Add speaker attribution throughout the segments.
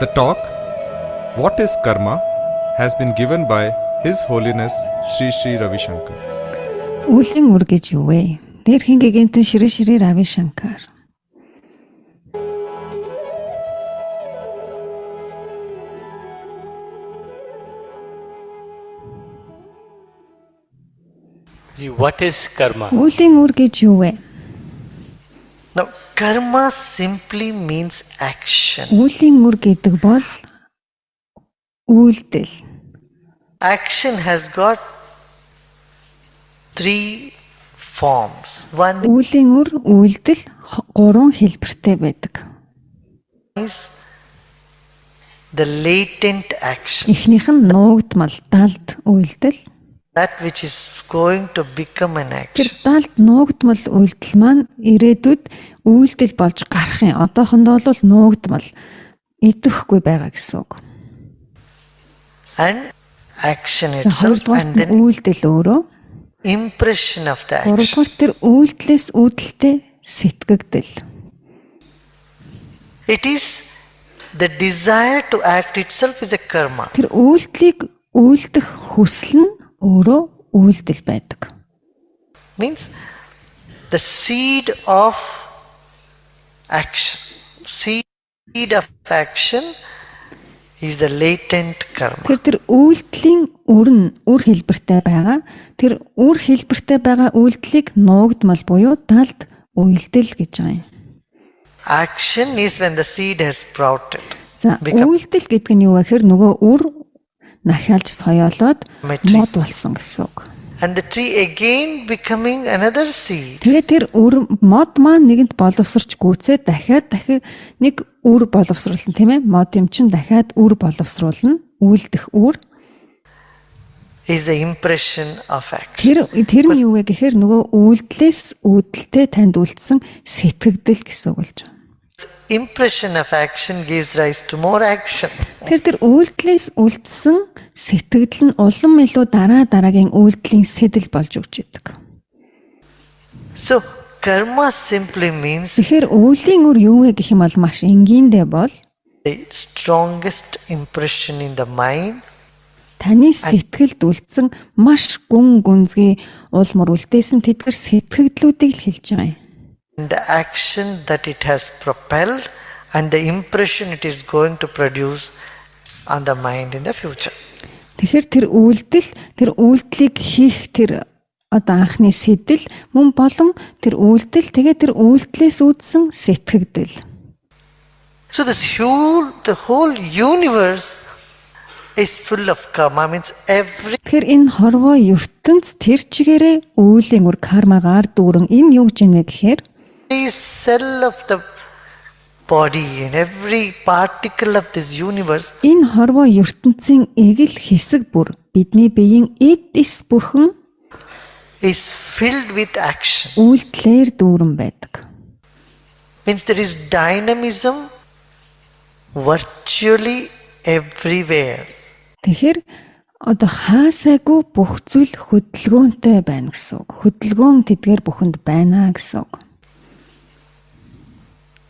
Speaker 1: The talk, What is Karma, has been given by His Holiness Sri Sri Ravi Shankar.
Speaker 2: Үлэн үр гэж юу вэ? Дээрхэн гэгэнтэн ширээ ширээ Рави Шанкар.
Speaker 3: See, what is karma?
Speaker 2: Үлэн үр гэж юу вэ?
Speaker 4: Now, karma simply means action.
Speaker 2: Үлэн үр гэдэг бол үйлдэл.
Speaker 4: Action has got three forms. One
Speaker 2: Үлэн үр үйлдэл х- гурван хэлбэртэй байдаг.
Speaker 4: is the latent action,
Speaker 2: Эхнийх нь нуугдмал далд үйлдэл.
Speaker 4: that which is going to become an
Speaker 2: Тэр
Speaker 4: action.
Speaker 2: далд нуугдмал үйлдэл маань ирээдүйд үйлдэл болж гарах юм. Одоохондоо бол нуугдмал идэхгүй байгаа гэсэн үг.
Speaker 4: And action itself, and
Speaker 2: Хоёрдугаар
Speaker 4: then
Speaker 2: үйлдэл өөрөө.
Speaker 4: impression of the action.
Speaker 2: Гуравдугаар тэр үйлдэлээс үүдэлтэй сэтгэгдэл.
Speaker 4: It is the desire to act itself is a karma.
Speaker 2: Тэр үйлдэлийг үйлдэх хүсэл нь өөрөө үйлдэл байдаг.
Speaker 4: means the seed of action seed of action is the latent karma
Speaker 2: Тэгэхээр тэр үйлдэлийн үр нь үр хэлбэртэй байгаа. Тэр үр хэлбэртэй байгаа үйлдэлийг нуугдмал буюу талд үйлдэл гэж байгаа юм.
Speaker 4: action is when the seed has sprouted
Speaker 2: За
Speaker 4: Become-
Speaker 2: үйлдэл гэдэг нь юу вэ гэхээр нөгөө үр нахиалж соёолоод
Speaker 4: Matrix.
Speaker 2: мод болсон гэсэн үг.
Speaker 4: and the tree again becoming another seed
Speaker 2: Тэгээ тэр үр мод маань нэгэнд боловсрч гүцээ дахиад дахиад нэг үр боловсруулна тийм ээ мод юм чин дахиад үр боловсруулна үйлдэх үр
Speaker 4: is the impression of
Speaker 2: тэр
Speaker 4: action
Speaker 2: тэр нь юу вэ гэхээр нөгөө үйлдэлээс үүдэлтэй танд үлдсэн сэтгэгдэл гэсэн үг болж байна.
Speaker 4: impression of action gives rise to more action
Speaker 2: Тэр тэр үйлдэлээс үлдсэн сэтгэгдэл нь улам илүү дараа дараагийн үйлдэлийн сэтэл болж өгч идэг.
Speaker 4: so karma simply means
Speaker 2: Тэгэхээр үйлийн үр юу вэ гэх юм бол маш энгийндээ бол
Speaker 4: the strongest impression in the mind
Speaker 2: таны сэтгэлд үлдсэн маш гүн гүнзгий улмөр үлдээсэн тэдгэр сэтгэгдлүүдийг л хэлж байгаа юм.
Speaker 4: and the action that it has propelled and the impression it is going to produce on the mind in the future.
Speaker 2: Тэгэхээр тэр үйлдэл, тэр үйлдлийг хийх тэр одоо анхны сэтэл мөн болон тэр үйлдэл тэгээ тэр үйлдэлээс үүдсэн сэтгэгдэл.
Speaker 4: So this whole the whole universe is full of karma means every
Speaker 2: Тэгэхээр энэ хорвоо ертөнц тэр чигээрээ үйлийн үр кармагаар дүүрэн энэ юу гэж юм бэ гэхээр
Speaker 4: cell of the body and every particle of this universe
Speaker 2: энэ хорвоо ертөнцийн эгэл хэсэг бүр бидний биеийн эд эс бүрхэн
Speaker 4: is filled with action.
Speaker 2: үйлдэлээр дүүрэн байдаг.
Speaker 4: Means there is dynamism virtually everywhere.
Speaker 2: Тэгэхээр одоо хаасайгүй бүх зүйл хөдөлгөөнтэй байна гэсэн үг. Хөдөлгөөн тэдгээр бүхэнд байна гэсэн үг.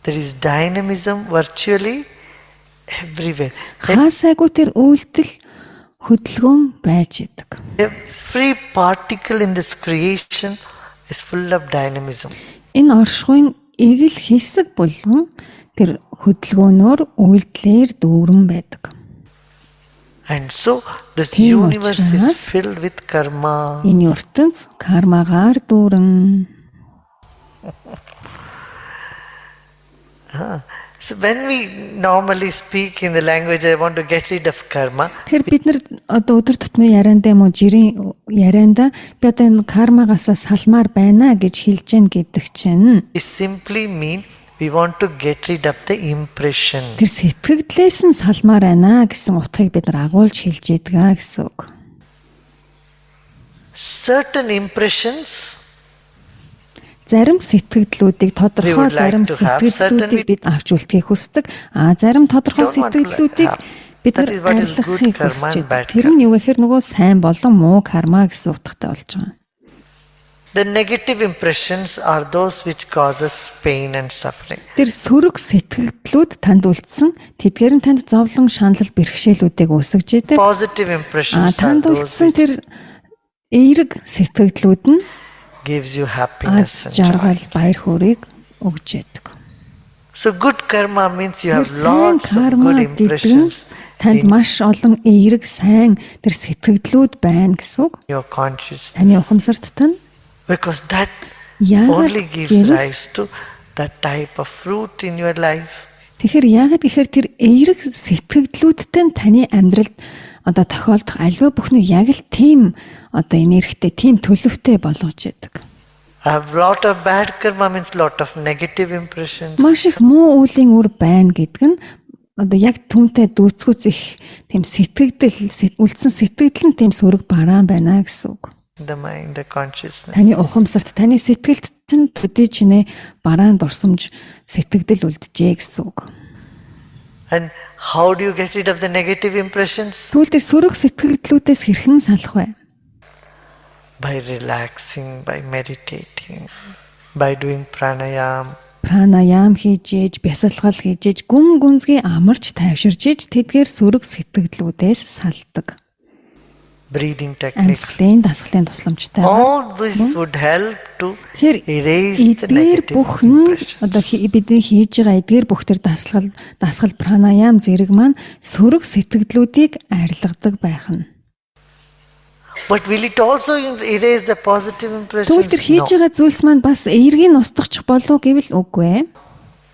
Speaker 4: There is dynamism virtually everywhere.
Speaker 2: Хаасайгүй тэр үйлдэл хөдөлгөөн байж идэг.
Speaker 4: Every particle in this creation is full of dynamism.
Speaker 2: Энэ оршихуйн эгэл хэсэг болгон тэр хөдөлгөөнөөр үйлдэлээр дүүрэн байдаг.
Speaker 4: And so this
Speaker 2: Тийм
Speaker 4: universe is
Speaker 2: учраас-
Speaker 4: filled with karma.
Speaker 2: Энэ ертөнц кармагаар дүүрэн.
Speaker 4: So when we normally speak in the language, I want to get rid of karma.
Speaker 2: Тэгэхээр бид нар одоо өдөр тутмын ярианд юм уу жирийн ярианда би одоо энэ кармагаас салмаар байна гэж хэлж гэн гэдэг чинь
Speaker 4: It simply means we want to get rid of the impression.
Speaker 2: тэр сэтгэгдлээс нь салмаар байна гэсэн утгыг бид нар агуулж хэлж идэг аа гэсэн үг.
Speaker 4: Certain impressions,
Speaker 2: Зарим сэтгэгдлүүдийг
Speaker 4: We
Speaker 2: тодорхой
Speaker 4: would like
Speaker 2: зарим
Speaker 4: to have
Speaker 2: сэтгэгдлүүдийг
Speaker 4: certainly-
Speaker 2: бид авч үлдэхийг хүсдэг. А зарим тодорхой
Speaker 4: Don't want to
Speaker 2: сэтгэгдлүүдийг
Speaker 4: have.
Speaker 2: бид
Speaker 4: That
Speaker 2: нар
Speaker 4: is what is good
Speaker 2: арилгахыг
Speaker 4: karma and
Speaker 2: хүсэж
Speaker 4: bad
Speaker 2: байдаг. Тэр нь юу вэ гэхээр нөгөө сайн болон муу карма гэсэн утгатай болж байгаа.
Speaker 4: The negative impressions are those which causes pain and suffering.
Speaker 2: Тэр сөрөг сэтгэлдлүүд танд үлдсэн тэдгээр нь танд зовлон шаналл бэрхшээлүүдийг үүсгэж идэг.
Speaker 4: Positive
Speaker 2: А
Speaker 4: impressions are
Speaker 2: танд
Speaker 4: those
Speaker 2: үлдсэн
Speaker 4: which
Speaker 2: тэр эерэг сэтгэлдлүүд нь
Speaker 4: gives you happiness
Speaker 2: аз
Speaker 4: and joy.
Speaker 2: жаргал баяр хөөргийг өгч яадаг.
Speaker 4: So good karma means you
Speaker 2: Тэр
Speaker 4: have
Speaker 2: сайн
Speaker 4: lots of
Speaker 2: карма
Speaker 4: good
Speaker 2: гэдэг нь
Speaker 4: impressions
Speaker 2: танд
Speaker 4: in
Speaker 2: маш олон эерэг сайн тэр сэтгэлдлүүд байна гэсэн үг.
Speaker 4: your consciousness
Speaker 2: Таны ухамсарт тань
Speaker 4: because that
Speaker 2: яагаад
Speaker 4: only gives
Speaker 2: гэвэл-
Speaker 4: rise to that type of fruit in your life.
Speaker 2: тэгэхээр яагаад гэхээр тэр эерэг сэтгэлдлүүдтэй нь таны амьдралд одоо тохиолдох альва бүхнийг яг л тийм одоо энергтэй тийм төлөвтэй болгож яадаг.
Speaker 4: I have lot of bad karma means lot of negative impressions.
Speaker 2: Маш их муу үлийн үр байна гэдэг нь одоо яг түнтэй дүүцгүүц их тийм сэтгэгдэл сэт- үлдсэн сэтгэгдэл нь тийм сөрөг бараан байна гэсэн үг.
Speaker 4: in the mind, the consciousness.
Speaker 2: Таны ухамсарт таны сэтгэлд чинь төдий чинээ бараан дурсамж сэтгэгдэл үлджээ гэсэн үг.
Speaker 4: And how do you get rid of the negative impressions?
Speaker 2: Түл дээр сөрөг сэтгэгдлүүдээс хэрхэн салах вэ?
Speaker 4: By relaxing, by meditating, by doing pranayam,
Speaker 2: пранаям хийжээж, бясалгал хийжээж, гүн гүнзгий амарч тайвширж иж тэдгээр сөрөг сэтгэлдлүүдээс салдаг.
Speaker 4: breathing techniques.
Speaker 2: Амьсгалын дасгалын тусламжтай.
Speaker 4: All this would help to
Speaker 2: Тэгэхээр
Speaker 4: erase the
Speaker 2: эдгээр
Speaker 4: negative
Speaker 2: бүх нь одоо
Speaker 4: impressions.
Speaker 2: хи- бидний хийж байгаа эдгээр бүх төр дасгал, дасгал пранаям зэрэг маань сөрөг сэтгэлдлүүдийг арилгадаг байх нь.
Speaker 4: But will it also erase the positive
Speaker 2: Тэгвэл тэр
Speaker 4: impressions?
Speaker 2: хийж
Speaker 4: No.
Speaker 2: байгаа зүйлс маань бас эергийн устгахч болов гэвэл үгүй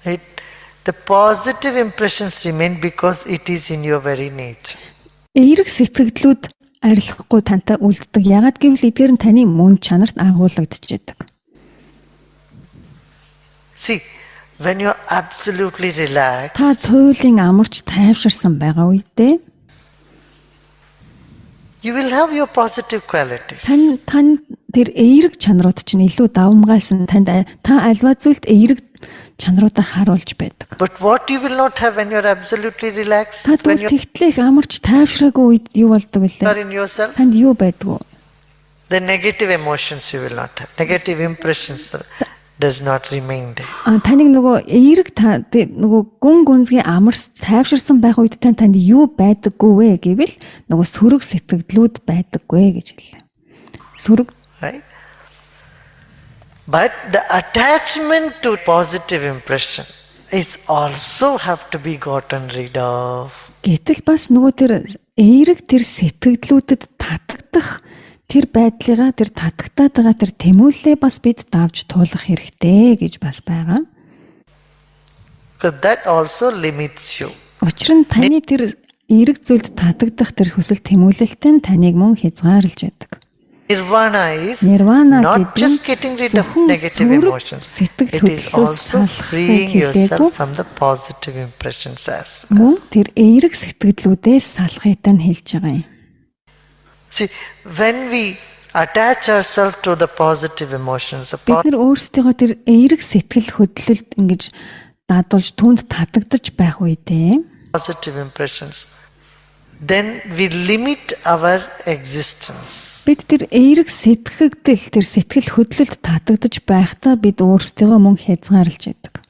Speaker 2: ээ.
Speaker 4: It, the positive impressions remain because it is in your very nature.
Speaker 2: Эерэг сэтгэлдлүүд арилгахгүй тантай үлддэг. Ягаад гэвэл эдгээр нь таны мөн чанарт агуулгадчихдаг.
Speaker 4: See, when you're absolutely relaxed,
Speaker 2: Та цуулийн амарч тайвширсан байгаа үедээ
Speaker 4: you will have your positive qualities.
Speaker 2: тань тань тэр эерэг чанарууд чинь илүү давмгайлсан танд а- та альва зүйлд эерэг чанаруудаа харуулж байдаг.
Speaker 4: But what you will not have when you're absolutely relaxed,
Speaker 2: Та
Speaker 4: when
Speaker 2: түл
Speaker 4: you
Speaker 2: тэгтлэх амарч тайвшраагүй үед юу болдог
Speaker 4: are
Speaker 2: вэ?
Speaker 4: in yourself,
Speaker 2: Танд юу байдаг вэ?
Speaker 4: the negative emotions you will not have. Negative impressions uh, does not remain there.
Speaker 2: А таныг нөгөө эерэг та тэ- нөгөө гүн гүнзгий амарс тайвширсан байх үед тань танд юу байдаггүй вэ гэвэл нөгөө сөрөг сэтгэлдлүүд байдаггүй гэж хэллээ. Сөрөг
Speaker 4: Right? But the attachment to positive impression is also have to be gotten rid of.
Speaker 2: Гэтэл бас нөгөө тэр эерэг тэр сэтгэлдлүүдэд татагдах тэр байдлыгаа тэр татагтаад байгаа тэр тэмүүлээ бас бид давж туулах хэрэгтэй гэж бас байгаа.
Speaker 4: Because that also limits you.
Speaker 2: Учир нь таны тэр эерэг зүйлд татагдах тэр хүсэл тэмүүлэлтэн таныг мөн хязгаарлаж байдаг.
Speaker 4: Nirvana is
Speaker 2: Нирвана гэдэг
Speaker 4: not just
Speaker 2: нь
Speaker 4: getting rid of
Speaker 2: зөвхөн
Speaker 4: negative
Speaker 2: сөрөг
Speaker 4: emotions.
Speaker 2: сэтгэл
Speaker 4: It is
Speaker 2: хөдлөлөөс
Speaker 4: also
Speaker 2: салахыг
Speaker 4: freeing
Speaker 2: хэлээгүй.
Speaker 4: yourself from the positive impressions as well.
Speaker 2: мөн тэр эерэг сэтгэлдлүүдээс салахытай нь хэлж байгаа юм.
Speaker 4: See, when we attach ourselves to the positive emotions, the
Speaker 2: Бид
Speaker 4: po-
Speaker 2: нар өөрсдийнхөө тэр эерэг сэтгэл хөдлөлд ингэж дадуулж түнд татагдчих байх үедээ
Speaker 4: positive impressions, then we limit our existence.
Speaker 2: Бид тэр эерэг сэтгэгдэл, тэр сэтгэл хөдлөлд татагдж байхдаа бид өөрсдөө мөн хязгаарлаж яадаг.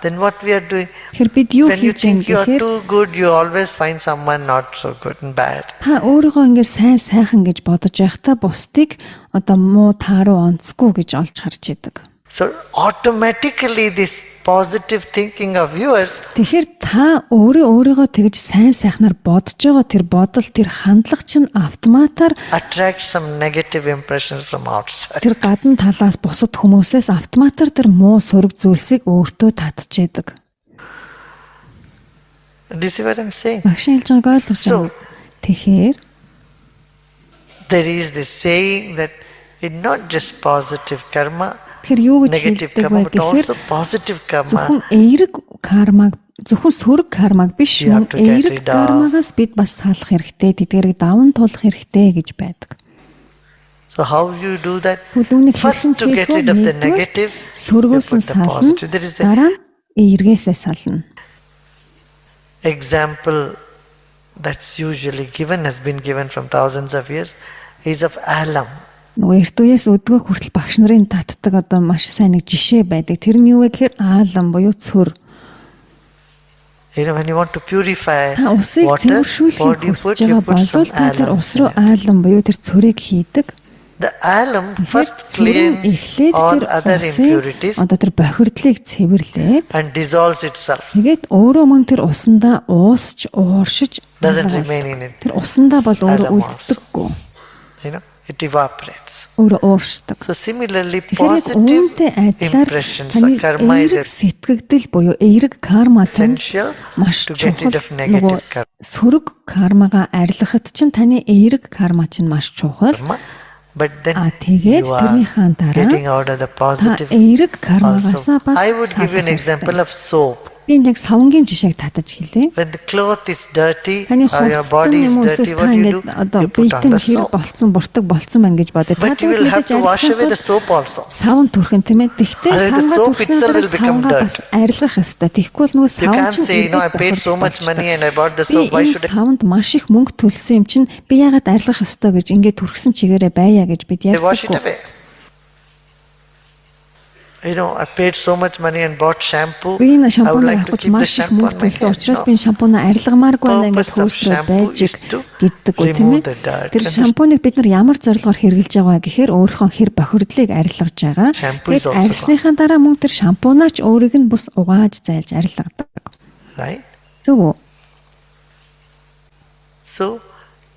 Speaker 4: Then what we are doing,
Speaker 2: Тэгэхээр бид юу
Speaker 4: when you
Speaker 2: хийж юм
Speaker 4: think you are
Speaker 2: гэхээр
Speaker 4: too good, you always find someone not so good and bad.
Speaker 2: та өөрийгөө ингээд сайн сайхан гэж бодож байхдаа бусдыг одоо муу тааруу онцгүй гэж олж харж яадаг.
Speaker 4: So automatically this positive thinking of yours
Speaker 2: Тэгэхээр та өөрөө өөрийгөө тэгж сайн сайхнаар бодож байгаа тэр бодол, тэр хандлага чинь автоматар
Speaker 4: attracts some negative impressions from outside.
Speaker 2: тэр гадна талаас бусад хүмүүсээс автоматар тэр муу сөрөг зүйлсийг өөртөө татж яадаг.
Speaker 4: Do you see what I'm saying?
Speaker 2: Багш хэлж байгааг ойлгож
Speaker 4: So-
Speaker 2: байна. Тэгэхээр
Speaker 4: There is this saying that it's not just positive karma,
Speaker 2: Тэгэхээр юу гэж
Speaker 4: negative
Speaker 2: хэлдэг вэ
Speaker 4: karma, but also
Speaker 2: гэхээр
Speaker 4: positive
Speaker 2: зөвхөн
Speaker 4: karma.
Speaker 2: эерэг кармаг зөвхөн сөрөг кармаг биш
Speaker 4: You have
Speaker 2: мөн
Speaker 4: to get uh,
Speaker 2: эерэг
Speaker 4: rid of.
Speaker 2: кармагаас бид бас салах хэрэгтэй тэдгэрийг даван туулах хэрэгтэй гэж байдаг.
Speaker 4: So how you do that?
Speaker 2: Хүлүүнэг хэлсэн
Speaker 4: First to get rid of the negative, you put
Speaker 2: сөргөөсөн
Speaker 4: the
Speaker 2: сална.
Speaker 4: positive. There is an
Speaker 2: Дараа нь эергээсээ сална.
Speaker 4: example that's usually given, has been given from thousands of years, is of alum.
Speaker 2: нөгөө эрт үеэс өдгөө хүртэл багш нарын татдаг одоо маш сайн нэг жишээ байдаг. Тэр нь юу вэ гэхээр аалан буюу цөр.
Speaker 4: You know, when you want to purify
Speaker 2: Та усыг
Speaker 4: water, what do
Speaker 2: цэвэршүүлэхийг
Speaker 4: you
Speaker 2: хүсэж
Speaker 4: put? You
Speaker 2: байгаа
Speaker 4: put some
Speaker 2: бол та тэр
Speaker 4: alum.
Speaker 2: ус руу аалан буюу тэр цөрийг хийдэг.
Speaker 4: The alum first
Speaker 2: Цөрийн
Speaker 4: cleans
Speaker 2: эхлээд
Speaker 4: all
Speaker 2: тэр
Speaker 4: other impurities
Speaker 2: усыг одоо тэр бохирдлыг цэвэрлээд
Speaker 4: and dissolves itself.
Speaker 2: тэгээд өөрөө мөн тэр усандаа уусч ууршиж
Speaker 4: Doesn't
Speaker 2: алга
Speaker 4: remain
Speaker 2: болдог.
Speaker 4: in it.
Speaker 2: Тэр усандаа бол өөрөө
Speaker 4: Алам уурсан.
Speaker 2: үлддэггүй.
Speaker 4: You know, it evaporates.
Speaker 2: Өөрөө ууршдаг.
Speaker 4: So similarly,
Speaker 2: Тэгэхээр яг
Speaker 4: positive
Speaker 2: үүнтэй адилаар
Speaker 4: impressions or
Speaker 2: таны
Speaker 4: karma is
Speaker 2: эерэг сэтгэгдэл буюу эерэг карма тань
Speaker 4: essential
Speaker 2: маш
Speaker 4: to get
Speaker 2: чухал
Speaker 4: rid of negative
Speaker 2: нөгөө
Speaker 4: karma.
Speaker 2: сөрөг кармагаа арилгахад чинь таны эерэг карма чинь маш чухал.
Speaker 4: karma, but then
Speaker 2: А тэгээд
Speaker 4: you are
Speaker 2: тэрнийхээ дараа
Speaker 4: getting out of the
Speaker 2: Та
Speaker 4: positive.
Speaker 2: эерэг
Speaker 4: Also,
Speaker 2: кармагаасаа бас
Speaker 4: I would give you an example
Speaker 2: салах хэрэгтэй.
Speaker 4: of soap.
Speaker 2: Би энэ яг савнгийн жишээг татаж хэлье.
Speaker 4: When the cloth is dirty
Speaker 2: Таны
Speaker 4: or your
Speaker 2: хувцастан
Speaker 4: body is
Speaker 2: юм уу эсвэл
Speaker 4: dirty,
Speaker 2: та
Speaker 4: what do you do?
Speaker 2: ингээд одоо
Speaker 4: You put on
Speaker 2: биетэн
Speaker 4: the
Speaker 2: хэрэг
Speaker 4: soap.
Speaker 2: болцсон, буртаг болцсон байна гэж бодоё. Та
Speaker 4: But you will have to wash away the soap also.
Speaker 2: савн төрхөн тийм ээ. Тэгтээ
Speaker 4: Otherwise the
Speaker 2: савнгаа
Speaker 4: soap
Speaker 2: төрсөн
Speaker 4: itself
Speaker 2: дараа
Speaker 4: will become
Speaker 2: савнгаа бас арилгах ёстой. Тэгэхгүй бол нөгөө
Speaker 4: You
Speaker 2: савн
Speaker 4: can't
Speaker 2: чинь
Speaker 4: say, you know, I
Speaker 2: эргээд
Speaker 4: paid so
Speaker 2: бохирдол
Speaker 4: much money
Speaker 2: болчихдог.
Speaker 4: and I bought the
Speaker 2: Би
Speaker 4: soap. Why
Speaker 2: энэ
Speaker 4: should I?
Speaker 2: савнд маш их мөнгө төлсөн юм чинь би ягаад арилгах ёстой гэж ингээд төрсөн чигээрээ байя гэж бид
Speaker 4: They wash it
Speaker 2: ярьдаггүй.
Speaker 4: away. You know, I paid so much money and bought shampoo.
Speaker 2: Би энэ
Speaker 4: I
Speaker 2: шампуныг
Speaker 4: would like
Speaker 2: авахч
Speaker 4: to keep the
Speaker 2: маш их
Speaker 4: shampoo
Speaker 2: мөнгө
Speaker 4: on my
Speaker 2: төлсөн
Speaker 4: hair.
Speaker 2: учраас
Speaker 4: No.
Speaker 2: би энэ шампунаа арилгамааргүй байна
Speaker 4: Purpose
Speaker 2: ингээд
Speaker 4: of
Speaker 2: хөөсрөө
Speaker 4: shampoo
Speaker 2: байж
Speaker 4: is to
Speaker 2: гэдэг үү тийм ээ.
Speaker 4: remove the dirt
Speaker 2: Тэр
Speaker 4: and the-
Speaker 2: шампуныг бид нар ямар зорилгоор хэрэглэж байгаа гэхээр өөрийнхөө хэр бохирдлыг арилгаж байгаа.
Speaker 4: Shampoo is
Speaker 2: Тэгээд
Speaker 4: also
Speaker 2: арилсныхаа дараа мөн тэр шампунаач өөрийг нь бус угааж зайлж арилгадаг.
Speaker 4: Right?
Speaker 2: Зөв үү?
Speaker 4: So,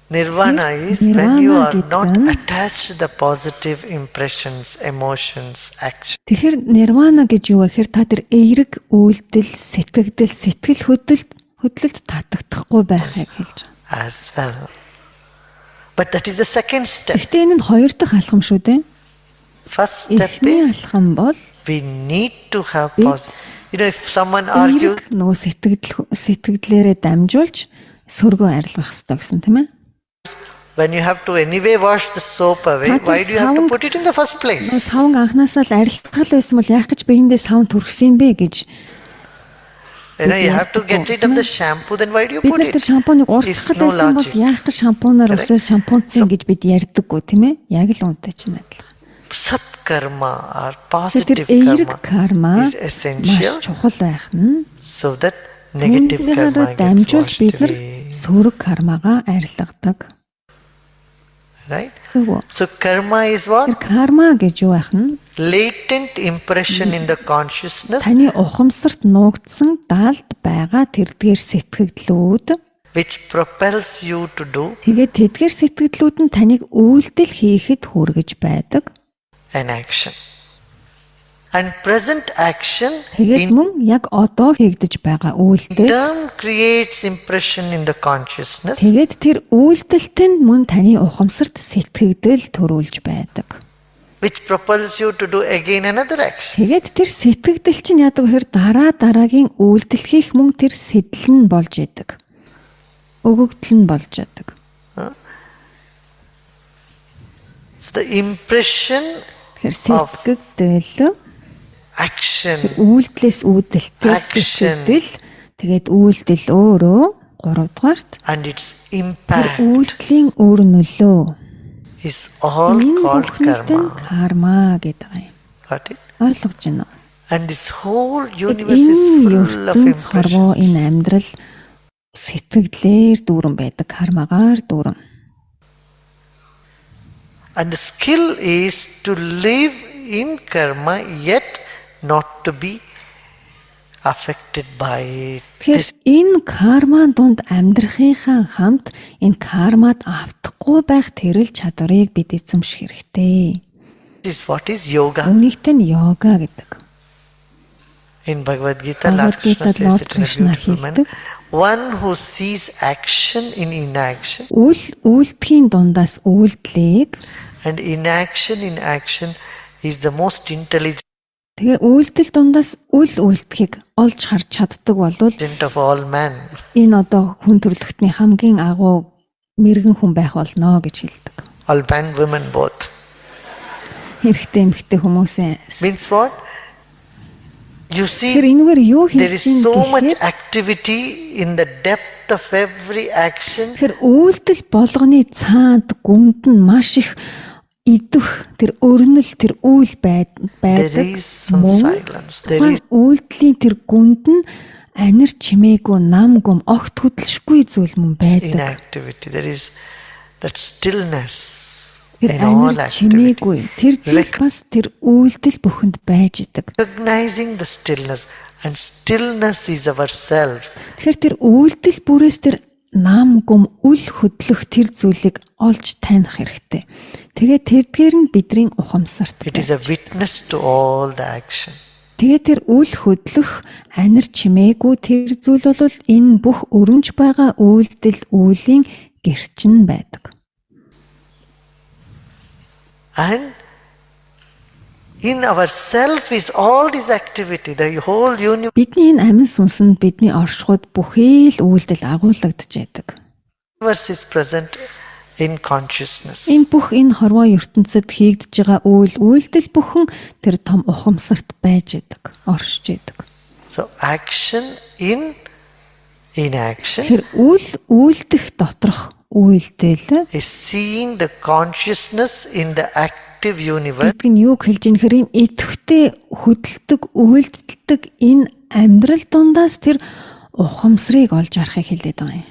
Speaker 4: nirvana is
Speaker 2: Nirvana
Speaker 4: when you are
Speaker 2: гэдэг
Speaker 4: not
Speaker 2: нь-
Speaker 4: attached to the positive impressions, emotions, actions.
Speaker 2: Тэгэхээр нирвана гэж юу вэ гэхээр та тэр эерэг үйлдэл, сэтгэгдэл, сэтгэл хөдлөлт хөдлөлт татагдахгүй байхыг хэлж байгаа.
Speaker 4: as well. But that is the second step.
Speaker 2: Гэхдээ энэ нь хоёр дахь алхам шүү дээ.
Speaker 4: First step
Speaker 2: Эхний
Speaker 4: is
Speaker 2: алхам бол
Speaker 4: we need to have
Speaker 2: Big-
Speaker 4: positive. You know, if someone argues,
Speaker 2: эерэг нөгөө сэтгэл сэтгэлээрээ дамжуулж сөргөө арилгах хэрэгтэй гэсэн тийм ээ.
Speaker 4: when you have to anyway wash the soap away,
Speaker 2: That
Speaker 4: why
Speaker 2: is
Speaker 4: do you have to
Speaker 2: sound-
Speaker 4: put it in the first
Speaker 2: Нөгөө
Speaker 4: place?
Speaker 2: савн анханасаа л арилгах л байсан бол яах гэж биендээ савн төрсөн юм бэ гэж
Speaker 4: You know,
Speaker 2: we
Speaker 4: you have to
Speaker 2: have to
Speaker 4: get rid of the shampoo, then why do you
Speaker 2: бид
Speaker 4: put
Speaker 2: нар
Speaker 4: it?
Speaker 2: тэр шампуныг
Speaker 4: It's
Speaker 2: уурсах
Speaker 4: no
Speaker 2: л байсан бол
Speaker 4: logic.
Speaker 2: яах гэж шампунаар
Speaker 4: Correct.
Speaker 2: усаар шампунцсан гэж бид ярьдаггүй тийм ээ. Яг л үнтэй чинь адилхан.
Speaker 4: Sat karma
Speaker 2: Тэр
Speaker 4: or positive
Speaker 2: эерэг
Speaker 4: karma
Speaker 2: карма
Speaker 4: is essential
Speaker 2: маш чухал байх нь.
Speaker 4: so that negative karma
Speaker 2: Нэгдгээр
Speaker 4: gets
Speaker 2: дамжуулж
Speaker 4: washed
Speaker 2: бид нар
Speaker 4: away.
Speaker 2: сөрөг кармагаа арилгадаг.
Speaker 4: Right?
Speaker 2: Зөв үү?
Speaker 4: So karma is what?
Speaker 2: Тэр карма гэж юу байх нь?
Speaker 4: Latent impression in the consciousness
Speaker 2: Таны ухамсарт нуугдсан даалд байгаа тэрдгээр сэтгэгдлүүд
Speaker 4: which propels you to do
Speaker 2: тэгээд тэдгээр сэтгэгдлүүд нь таныг үйлдэл хийхэд хүргэж байдаг.
Speaker 4: an action. And present action
Speaker 2: Тэгээд
Speaker 4: in
Speaker 2: мөн яг одоо хийгдэж байгаа үйлдэл
Speaker 4: turn creates impression in the consciousness
Speaker 2: тэгээд тэр үйлдэлт нь мөн таны ухамсарт сэтгэгдэл төрүүлж байдаг.
Speaker 4: which propels you to do again another action.
Speaker 2: Тэгээд тэр сэтгэгдэл чинь яадаг вэ хэр дараа дараагийн үйлдэл хийх мөн тэр сэтэл нь болж идэг. Өгөгдөл нь болж идэг.
Speaker 4: So the impression
Speaker 2: Тэгэхээр сэтгэгдэл
Speaker 4: action
Speaker 2: үйлдэлээс үүдэлтэй
Speaker 4: Action.
Speaker 2: сэтгэл тэгээд үйлдэл өөрөө 3 дугаарт
Speaker 4: and its
Speaker 2: тэр
Speaker 4: impact
Speaker 2: үйлдэлийн өөр нөлөө
Speaker 4: is all
Speaker 2: энэ
Speaker 4: called
Speaker 2: бүхнийг нь
Speaker 4: karma.
Speaker 2: карма гэдэг юм.
Speaker 4: Got it?
Speaker 2: Ойлгож байна уу?
Speaker 4: And this whole universe is
Speaker 2: Энэ
Speaker 4: full of
Speaker 2: ертөнц хорвоо
Speaker 4: impressions.
Speaker 2: энэ амьдрал сэтгэлээр дүүрэн байдаг кармагаар дүүрэн.
Speaker 4: And the skill is to live in karma yet not to be affected by it.
Speaker 2: Тэгэхээр энэ карма дунд амьдрахынхаа хамт энэ кармад автахгүй байх тэрэл чадварыг бид эзэмших хэрэгтэй.
Speaker 4: This is what is yoga.
Speaker 2: Үүнийгт нь йога гэдэг.
Speaker 4: In Bhagavad Gita,
Speaker 2: Bhagavad
Speaker 4: Lord
Speaker 2: Gita,
Speaker 4: Krishna says
Speaker 2: Lord
Speaker 4: it in a
Speaker 2: Krishna
Speaker 4: beautiful manner.
Speaker 2: хэлдэг.
Speaker 4: One who sees action in inaction
Speaker 2: Үл үйлдэхийн дундаас үйлдлийг
Speaker 4: and inaction in action is the most intelligent
Speaker 2: тэгээ үйлдэл дундаас үл үйлдэхийг олж харж чаддаг болвол
Speaker 4: of all men.
Speaker 2: энэ одоо хүн төрлөختний хамгийн агуу мэрэгэн хүн байх болно гэж хэлдэг.
Speaker 4: All men, women both.
Speaker 2: Хэрэгтэй эмхтэй хүмүүсээс.
Speaker 4: Means what? You see
Speaker 2: Тэр энэгээр юу хийж
Speaker 4: There is so
Speaker 2: юм
Speaker 4: much
Speaker 2: гэхээр
Speaker 4: activity in the depth of every action.
Speaker 2: Тэгэхээр үйлдэл болгоны цаанд гүнд нь маш их идэх тэр өрнөл тэр үйл байд
Speaker 4: There
Speaker 2: байдаг
Speaker 4: is some
Speaker 2: мөн
Speaker 4: silence. There is
Speaker 2: үйлдэлийн тэр гүнд нь анир чимээгүй нам гум огт хөдөлшгүй зүйл мөн байдаг.
Speaker 4: inactivity. There is that stillness
Speaker 2: Тэр
Speaker 4: in all
Speaker 2: анир
Speaker 4: activity.
Speaker 2: чимээгүй тэр зүйл бас тэр үйлдэл бүхэнд байж идэг.
Speaker 4: Recognizing the stillness, and stillness is ourself.
Speaker 2: Тэгэхээр тэр үйлдэл бүрээс тэр нам гум үл хөдлөх тэр зүйлийг олж таних хэрэгтэй. Тэгээ тэрдгээр нь бидрийн ухамсарт. байна.
Speaker 4: It is a witness to all the action.
Speaker 2: Тэгээ тэр үл хөдлөх анир чимээгүй тэр зүйл бол энэ бүх өрөмж байгаа үйлдэл үйлийн гэрчин байдаг.
Speaker 4: And in ourself is all this activity, the whole universe
Speaker 2: Бидний энэ амин сүнсэнд бидний оршихуд бүхий л үйлдэл агуулгадж байдаг.
Speaker 4: is present in consciousness.
Speaker 2: Энэ бүх энэ хорвоо ертөнцид хийгдэж байгаа үйл үйлдэл бүхэн тэр том ухамсарт байж байдаг, оршиж байдаг.
Speaker 4: So action in inaction
Speaker 2: Тэр үйл үйлдэх доторх үйлдэл
Speaker 4: is seeing the consciousness in the active universe
Speaker 2: гэдэг нь юу хэлж ийн хэрэг энэ идэвхтэй хөдөлдөг, үйлдэлдэг энэ амьдрал дундаас тэр ухамсарыг олж арахыг хэлээд байгаа юм.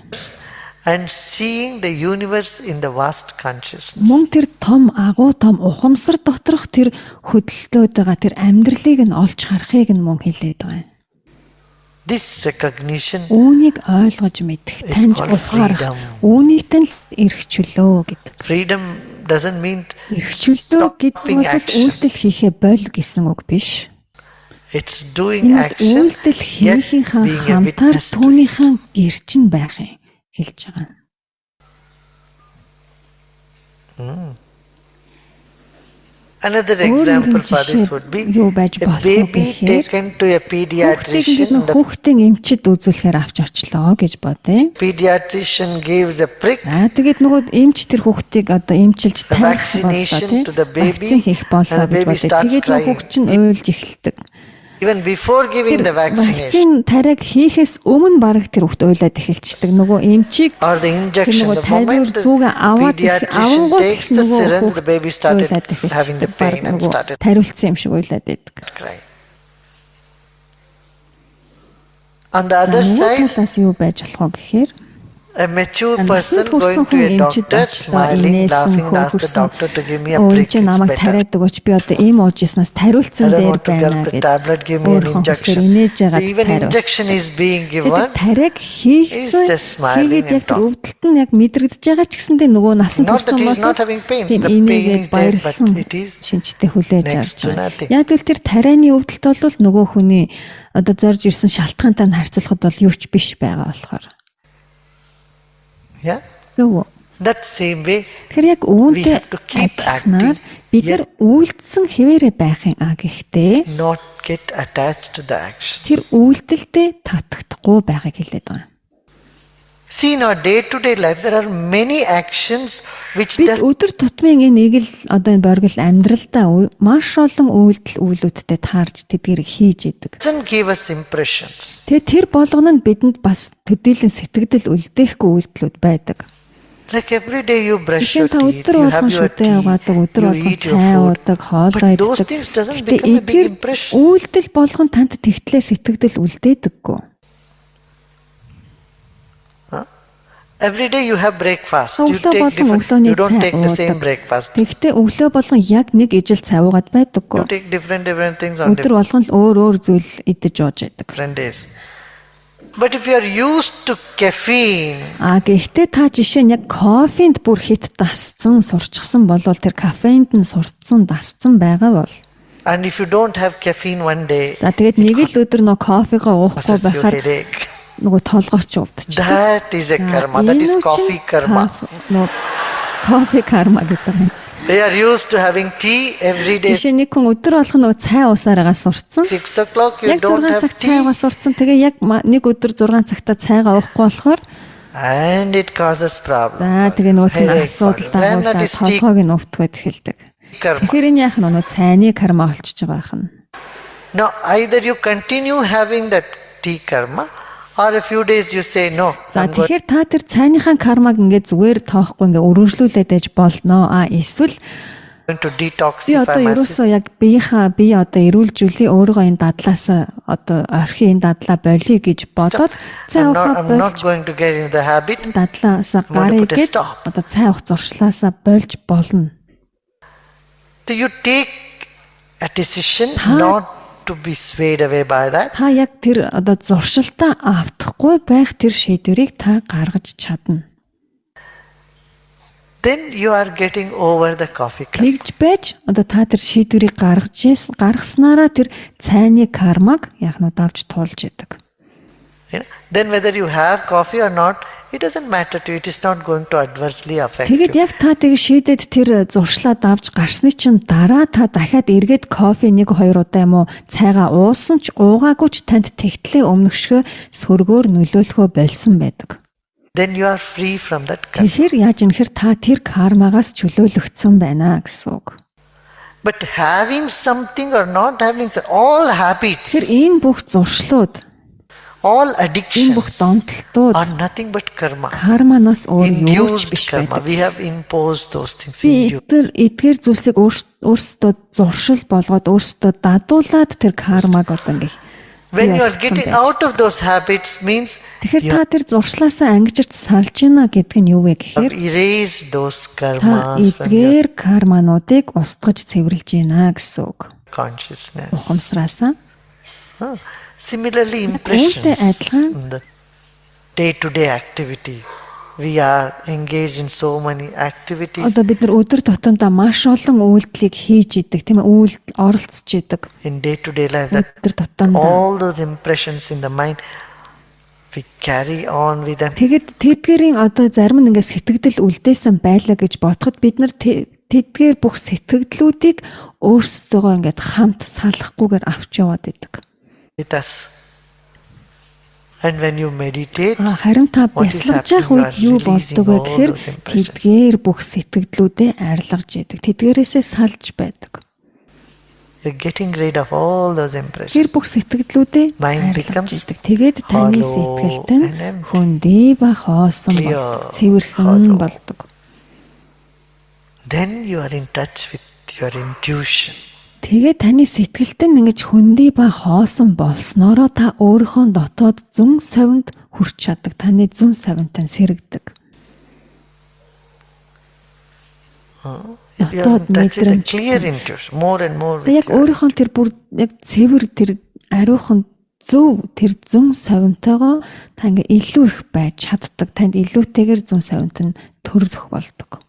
Speaker 4: and seeing the universe in the vast consciousness.
Speaker 2: Мөн тэр том агуу том ухамсар доторх тэр хөдөлтөөд байгаа тэр амьдралыг нь олж харахыг нь мөн хэлээд байгаа юм.
Speaker 4: This recognition
Speaker 2: Үүнийг ойлгож мэдэх,
Speaker 4: It's
Speaker 2: таньж
Speaker 4: called
Speaker 2: ухаарах,
Speaker 4: freedom.
Speaker 2: үүнийг тань л эрхчлөө гэдэг.
Speaker 4: freedom doesn't mean
Speaker 2: Эрхчлөө гэдэг нь
Speaker 4: stopping
Speaker 2: бол
Speaker 4: action.
Speaker 2: үйлдэл хийхээ боль гэсэн үг биш.
Speaker 4: It's doing
Speaker 2: Энэ бол
Speaker 4: action
Speaker 2: Үйлдэл
Speaker 4: yet
Speaker 2: хийхийнхаа
Speaker 4: being a
Speaker 2: хамтаар
Speaker 4: witness to it.
Speaker 2: түүнийхэн гэрчин байх юм хэлж байгаа.
Speaker 4: Another
Speaker 2: Өөрөөр
Speaker 4: example
Speaker 2: хэлж
Speaker 4: for this
Speaker 2: жишээ
Speaker 4: would be
Speaker 2: юу байж
Speaker 4: a
Speaker 2: болох
Speaker 4: baby
Speaker 2: гэхээр,
Speaker 4: taken to a
Speaker 2: Хүүхдийг
Speaker 4: pediatrician.
Speaker 2: нэг
Speaker 4: The
Speaker 2: хүүхдийн эмчэд үзүүлэхээр авч очлоо гэж бодъё.
Speaker 4: pediatrician gives a prick
Speaker 2: За тэгээд нөгөө эмч тэр хүүхдийг одоо эмчилж
Speaker 4: The
Speaker 2: таних
Speaker 4: vaccination
Speaker 2: боллоо, тий.
Speaker 4: to the baby,
Speaker 2: Вакцин хийх боллоо
Speaker 4: and the
Speaker 2: гэж
Speaker 4: baby
Speaker 2: бодъё.
Speaker 4: starts
Speaker 2: Тэгээд нөгөө
Speaker 4: crying.
Speaker 2: хүүхд чинь ойлж эхэлдэг.
Speaker 4: even before giving the
Speaker 2: Вакцин
Speaker 4: vaccination
Speaker 2: тариаг хийхээс өмнө баг тэр хүүхд ойлаад эхэлчихдэг. Нөгөө эмчийг
Speaker 4: or the injection.
Speaker 2: нөгөө
Speaker 4: The moment
Speaker 2: тайлбар
Speaker 4: the
Speaker 2: зүгээр аваад их-
Speaker 4: pediatrician
Speaker 2: авангуут их
Speaker 4: takes the
Speaker 2: нөгөө
Speaker 4: syringe, the
Speaker 2: хүүхд
Speaker 4: baby started
Speaker 2: ойлаад эхэлчихдэг.
Speaker 4: having the
Speaker 2: Баг
Speaker 4: pain and
Speaker 2: нөгөө
Speaker 4: started
Speaker 2: тариулсан юм шиг ойлаад байдаг.
Speaker 4: crying. On the
Speaker 2: Нөгөө
Speaker 4: other side,
Speaker 2: талаас юу байж болох вэ гэхээр
Speaker 4: a mature person
Speaker 2: Амьд
Speaker 4: going
Speaker 2: хүрсэн
Speaker 4: to
Speaker 2: хүн
Speaker 4: a
Speaker 2: эмчид
Speaker 4: doctor,
Speaker 2: очлоо
Speaker 4: smiling,
Speaker 2: инээсэн
Speaker 4: laughing, asks the
Speaker 2: хөөрсөн
Speaker 4: doctor to give me a prick.
Speaker 2: Өөч
Speaker 4: It's
Speaker 2: намайг
Speaker 4: better.
Speaker 2: тариад өгөөч би одоо ийм ууж яснаас тариулсан
Speaker 4: I don't
Speaker 2: дээр
Speaker 4: want to
Speaker 2: байна
Speaker 4: gulp the tablet, give
Speaker 2: гэдэг.
Speaker 4: me an
Speaker 2: Өөрхөн хөсөр
Speaker 4: injection.
Speaker 2: инээж
Speaker 4: So
Speaker 2: байгаа
Speaker 4: even
Speaker 2: тариу.
Speaker 4: injection is being given.
Speaker 2: Тэгээд тариаг хийхсэн
Speaker 4: He's just smiling
Speaker 2: хийгээд
Speaker 4: and
Speaker 2: яг тэр
Speaker 4: talking.
Speaker 2: өвдөлт нь яг мэдрэгдэж байгаа ч гэсэндээ нөгөө насан
Speaker 4: Not that
Speaker 2: турсан
Speaker 4: he's
Speaker 2: бол
Speaker 4: not having pain.
Speaker 2: тийм
Speaker 4: The pain is
Speaker 2: инээгээд
Speaker 4: there, but
Speaker 2: баярлсан
Speaker 4: it is
Speaker 2: шинжтэй хүлээж
Speaker 4: next
Speaker 2: авч
Speaker 4: to
Speaker 2: байгаа.
Speaker 4: nothing.
Speaker 2: Яг л тэр тарианы өвдөлт бол нөгөө хүний одоо зорж ирсэн шалтгаантай нь харьцуулахад бол юу ч биш байгаа болохоор.
Speaker 4: Yeah.
Speaker 2: Нөгөө
Speaker 4: That same way,
Speaker 2: Тэгэхээр яг үүнтэй
Speaker 4: have to keep
Speaker 2: адилхнаар
Speaker 4: acting,
Speaker 2: бид нар үйлдсэн хിവэрэ байхын а гэхдээ
Speaker 4: not get attached to the action.
Speaker 2: тэр үйлдэлтэй татагдахгүй байхыг хэлээд байгаа. юм.
Speaker 4: See, in our day-to-day life, there are many actions which
Speaker 2: Бид
Speaker 4: does
Speaker 2: өдөр тутмын энэ нэг л одоо энэ боргил амьдралдаа үе- маш олон үйлдэл үйлүүдтэй таарж тэдгэрийг хийж идэг.
Speaker 4: doesn't give us impressions.
Speaker 2: Тэгээ тэр болгоно нь бидэнд бас төдийлөн сэтгэл үлдээхгүй үйлдэлүүд байдаг.
Speaker 4: Like every day you brush
Speaker 2: Жишээ нь
Speaker 4: your
Speaker 2: та
Speaker 4: teeth,
Speaker 2: өдөр
Speaker 4: you have
Speaker 2: болгон
Speaker 4: your
Speaker 2: шүдэ
Speaker 4: tea,
Speaker 2: яваадаг, өдөр
Speaker 4: you
Speaker 2: болгон
Speaker 4: eat your
Speaker 2: цай
Speaker 4: food.
Speaker 2: уудаг, хоолоо
Speaker 4: But those
Speaker 2: иддэг.
Speaker 4: things doesn't
Speaker 2: Гэтэ
Speaker 4: become a big
Speaker 2: эдгээр
Speaker 4: impression.
Speaker 2: үйлдэл болгон танд тэгтлээ сэтгэл үлдээдэггүй.
Speaker 4: Every day you have breakfast. You
Speaker 2: Өглөө
Speaker 4: take
Speaker 2: болгон
Speaker 4: different.
Speaker 2: өглөөний
Speaker 4: You don't
Speaker 2: цай
Speaker 4: take the same
Speaker 2: уудаг.
Speaker 4: breakfast.
Speaker 2: Тэгвэл өглөө болгон яг нэг ижил цай уугаад
Speaker 4: You
Speaker 2: байдаггүй.
Speaker 4: take different different things on
Speaker 2: Өдөр болгон л өөр өөр зүйл идэж ууж байдаг.
Speaker 4: different days. But if you are used to caffeine,
Speaker 2: А гэхдээ та жишээ нь яг кофенд бүр хит дасцсан, сурчсан болвол тэр кафенд нь сурцсан, дасцсан байгаа бол.
Speaker 4: and if you don't have caffeine one day,
Speaker 2: За тэгээд нэг л өдөр нөө кофегоо уухгүй
Speaker 4: causes you
Speaker 2: байхаар
Speaker 4: headache.
Speaker 2: нөгөө толгооч өвдчихдэг.
Speaker 4: That is a karma. That is coffee karma.
Speaker 2: Нөгөө кофе карма гэдэг юм.
Speaker 4: They are used to having tea every day.
Speaker 2: Жишээ нь нэг хүн өдөр болох нөгөө цай уусаараа сурцсан.
Speaker 4: Six o'clock you
Speaker 2: Яг
Speaker 4: don't
Speaker 2: 6
Speaker 4: have
Speaker 2: цаг
Speaker 4: tea,
Speaker 2: цайгаа сурцсан. Тэгээ яг ма- нэг өдөр 6 цагта цайгаа уухгүй болохоор
Speaker 4: and it causes problems.
Speaker 2: за тэгээ нөгөө тийм
Speaker 4: Headache
Speaker 2: асуудал
Speaker 4: problem. Then that
Speaker 2: дагуулдаг
Speaker 4: is tea
Speaker 2: толгойг нь өвтгөөд эхэлдэг.
Speaker 4: karma.
Speaker 2: Тэгэхээр энэ яах нь нөгөө цайны карма болчихж байгаа юм.
Speaker 4: Now either you continue having that tea karma, or a few days you say no.
Speaker 2: За
Speaker 4: I'm going
Speaker 2: тэгэхээр та тэр цайныхаа кармаг ингээд зүгээр тоохгүй ингээд өргөжлүүлээд ээж болноо. А эсвэл
Speaker 4: going to
Speaker 2: Би одоо
Speaker 4: detoxify myself.
Speaker 2: ерөөсөө яг биеийнхаа би одоо эрүүлжүүлээ өөрийгөө энэ дадлаас одоо орхи энэ дадлаа болиё гэж бодоод цай
Speaker 4: I'm not,
Speaker 2: ухаа
Speaker 4: I'm
Speaker 2: болж
Speaker 4: not going to get into the habit.
Speaker 2: дадлаас гарыг
Speaker 4: put a
Speaker 2: гэж
Speaker 4: stop.
Speaker 2: одоо цай ух зуршлаасаа болж болно.
Speaker 4: So you take a decision
Speaker 2: Huh?
Speaker 4: not to be swayed away by that.
Speaker 2: Та яг тэр одоо зуршилтаа автахгүй байх тэр шийдвэрийг та гаргаж чадна.
Speaker 4: Then you are getting over the coffee club.
Speaker 2: Тэгж байж одоо та тэр шийдвэрийг гаргаж ийс- гаргаснаараа тэр цайны кармаг яг нь давж туулж идэг.
Speaker 4: You know? Then whether you have coffee or not, it doesn't matter to you. It is not going to adversely affect
Speaker 2: Тэгэд
Speaker 4: you.
Speaker 2: яг та тэг шийдэд тэр зуршлаа давж гарсны чинь дараа та дахиад эргээд кофе 1 2 удаа юм уу цайгаа уусан ч уугаагүй ч танд тэгтлээ өмнөшгөө сөргөөр нөлөөлөхөө болсон байдаг.
Speaker 4: Then you are free from that karma.
Speaker 2: Тэгэхээр яаж ингэхэр та тэр кармагаас чөлөөлөгдсөн байна гэсэн үг.
Speaker 4: But having something or not having so- all habits,
Speaker 2: Тэр энэ бүх зуршлууд,
Speaker 4: all
Speaker 2: энэ бүх
Speaker 4: addictions
Speaker 2: донтолтууд
Speaker 4: are nothing but karma.
Speaker 2: карманаас өөр юу ч
Speaker 4: Induced
Speaker 2: биш
Speaker 4: karma.
Speaker 2: байдаг.
Speaker 4: We have imposed those things.
Speaker 2: Би
Speaker 4: Induced.
Speaker 2: эдгээр эдгээр зүйлсийг өөрс- өөрсдөө зуршил болгоод өөрсдөө дадуулаад тэр кармаг одоо ингэ
Speaker 4: When you are
Speaker 2: яалтсан
Speaker 4: getting
Speaker 2: байж.
Speaker 4: out of those habits means
Speaker 2: Тэгэхээр
Speaker 4: you
Speaker 2: та тэр зуршлаасаа ангижирч салж гинэ гэдэг нь юу вэ
Speaker 4: have
Speaker 2: гэхээр
Speaker 4: erased those
Speaker 2: та
Speaker 4: karmas from your
Speaker 2: эдгээр кармануудыг устгаж цэвэрлж гинэ гэсэн үг.
Speaker 4: consciousness.
Speaker 2: Ухамсараасаа
Speaker 4: Huh? Similarly,
Speaker 2: Өөртөө
Speaker 4: impressions
Speaker 2: адилхан.
Speaker 4: in the day-to-day activity. We are engaged in so many activities,
Speaker 2: одоо бид нар өдөр тутамдаа маш олон үйлдэлийг хийж идэг тийм ээ үйлдэл оролцож идэг.
Speaker 4: in day-to-day life that
Speaker 2: Өдөр тутамдаа
Speaker 4: all those impressions in the mind we carry on with them
Speaker 2: Тэгэд тэдгэрийн одоо зарим нь ингээд сэтгэгдэл үлдээсэн байлаа гэж бодоход бид нар тэ- тэдгээр бүх сэтгэгдлүүдийг өөрсдөө ингээд хамт салахгүйгээр авч яваад идэг.
Speaker 4: with us and when you meditate
Speaker 2: А, Харин та
Speaker 4: What is
Speaker 2: бясалгажих
Speaker 4: happening?
Speaker 2: үед юу
Speaker 4: You are releasing
Speaker 2: болдог вэ
Speaker 4: all
Speaker 2: гэхээр
Speaker 4: those impressions.
Speaker 2: тэдгээр бүх сэтгэлдлүүдээ арилгаж яадаг. Тэдгээрээсээ салж байдаг.
Speaker 4: you're getting rid of all those impressions
Speaker 2: Тэр бүх сэтгэлдлүүдээ
Speaker 4: Mind
Speaker 2: арилгаж
Speaker 4: becomes
Speaker 2: яадаг. Тэгээд таны
Speaker 4: hollow
Speaker 2: сэтгэлд
Speaker 4: and
Speaker 2: нь
Speaker 4: empty.
Speaker 2: хөндий ба хоосон
Speaker 4: Clear,
Speaker 2: болдог. Цэвэрхэн
Speaker 4: hollow.
Speaker 2: болдог.
Speaker 4: then you are in touch with your intuition
Speaker 2: Тэгээд таны сэтгэлд нь ингэж хөндий ба хоосон болсноороо та өөрийнхөө дотоод зөн совинд хүрч чаддаг. Таны зөн совинтан сэргдэг.
Speaker 4: you're
Speaker 2: Дотоод
Speaker 4: in touch with a
Speaker 2: мэдрэмж.
Speaker 4: clear intuition more and more
Speaker 2: Одоо яг
Speaker 4: with your,
Speaker 2: өөрийнхөө тэр бүр яг цэвэр тэр ариухан зөв тэр зөн совинтойгоо та ингээ илүү их байж чаддаг. Танд илүүтэйгээр зөн совинт нь төрөх болдог.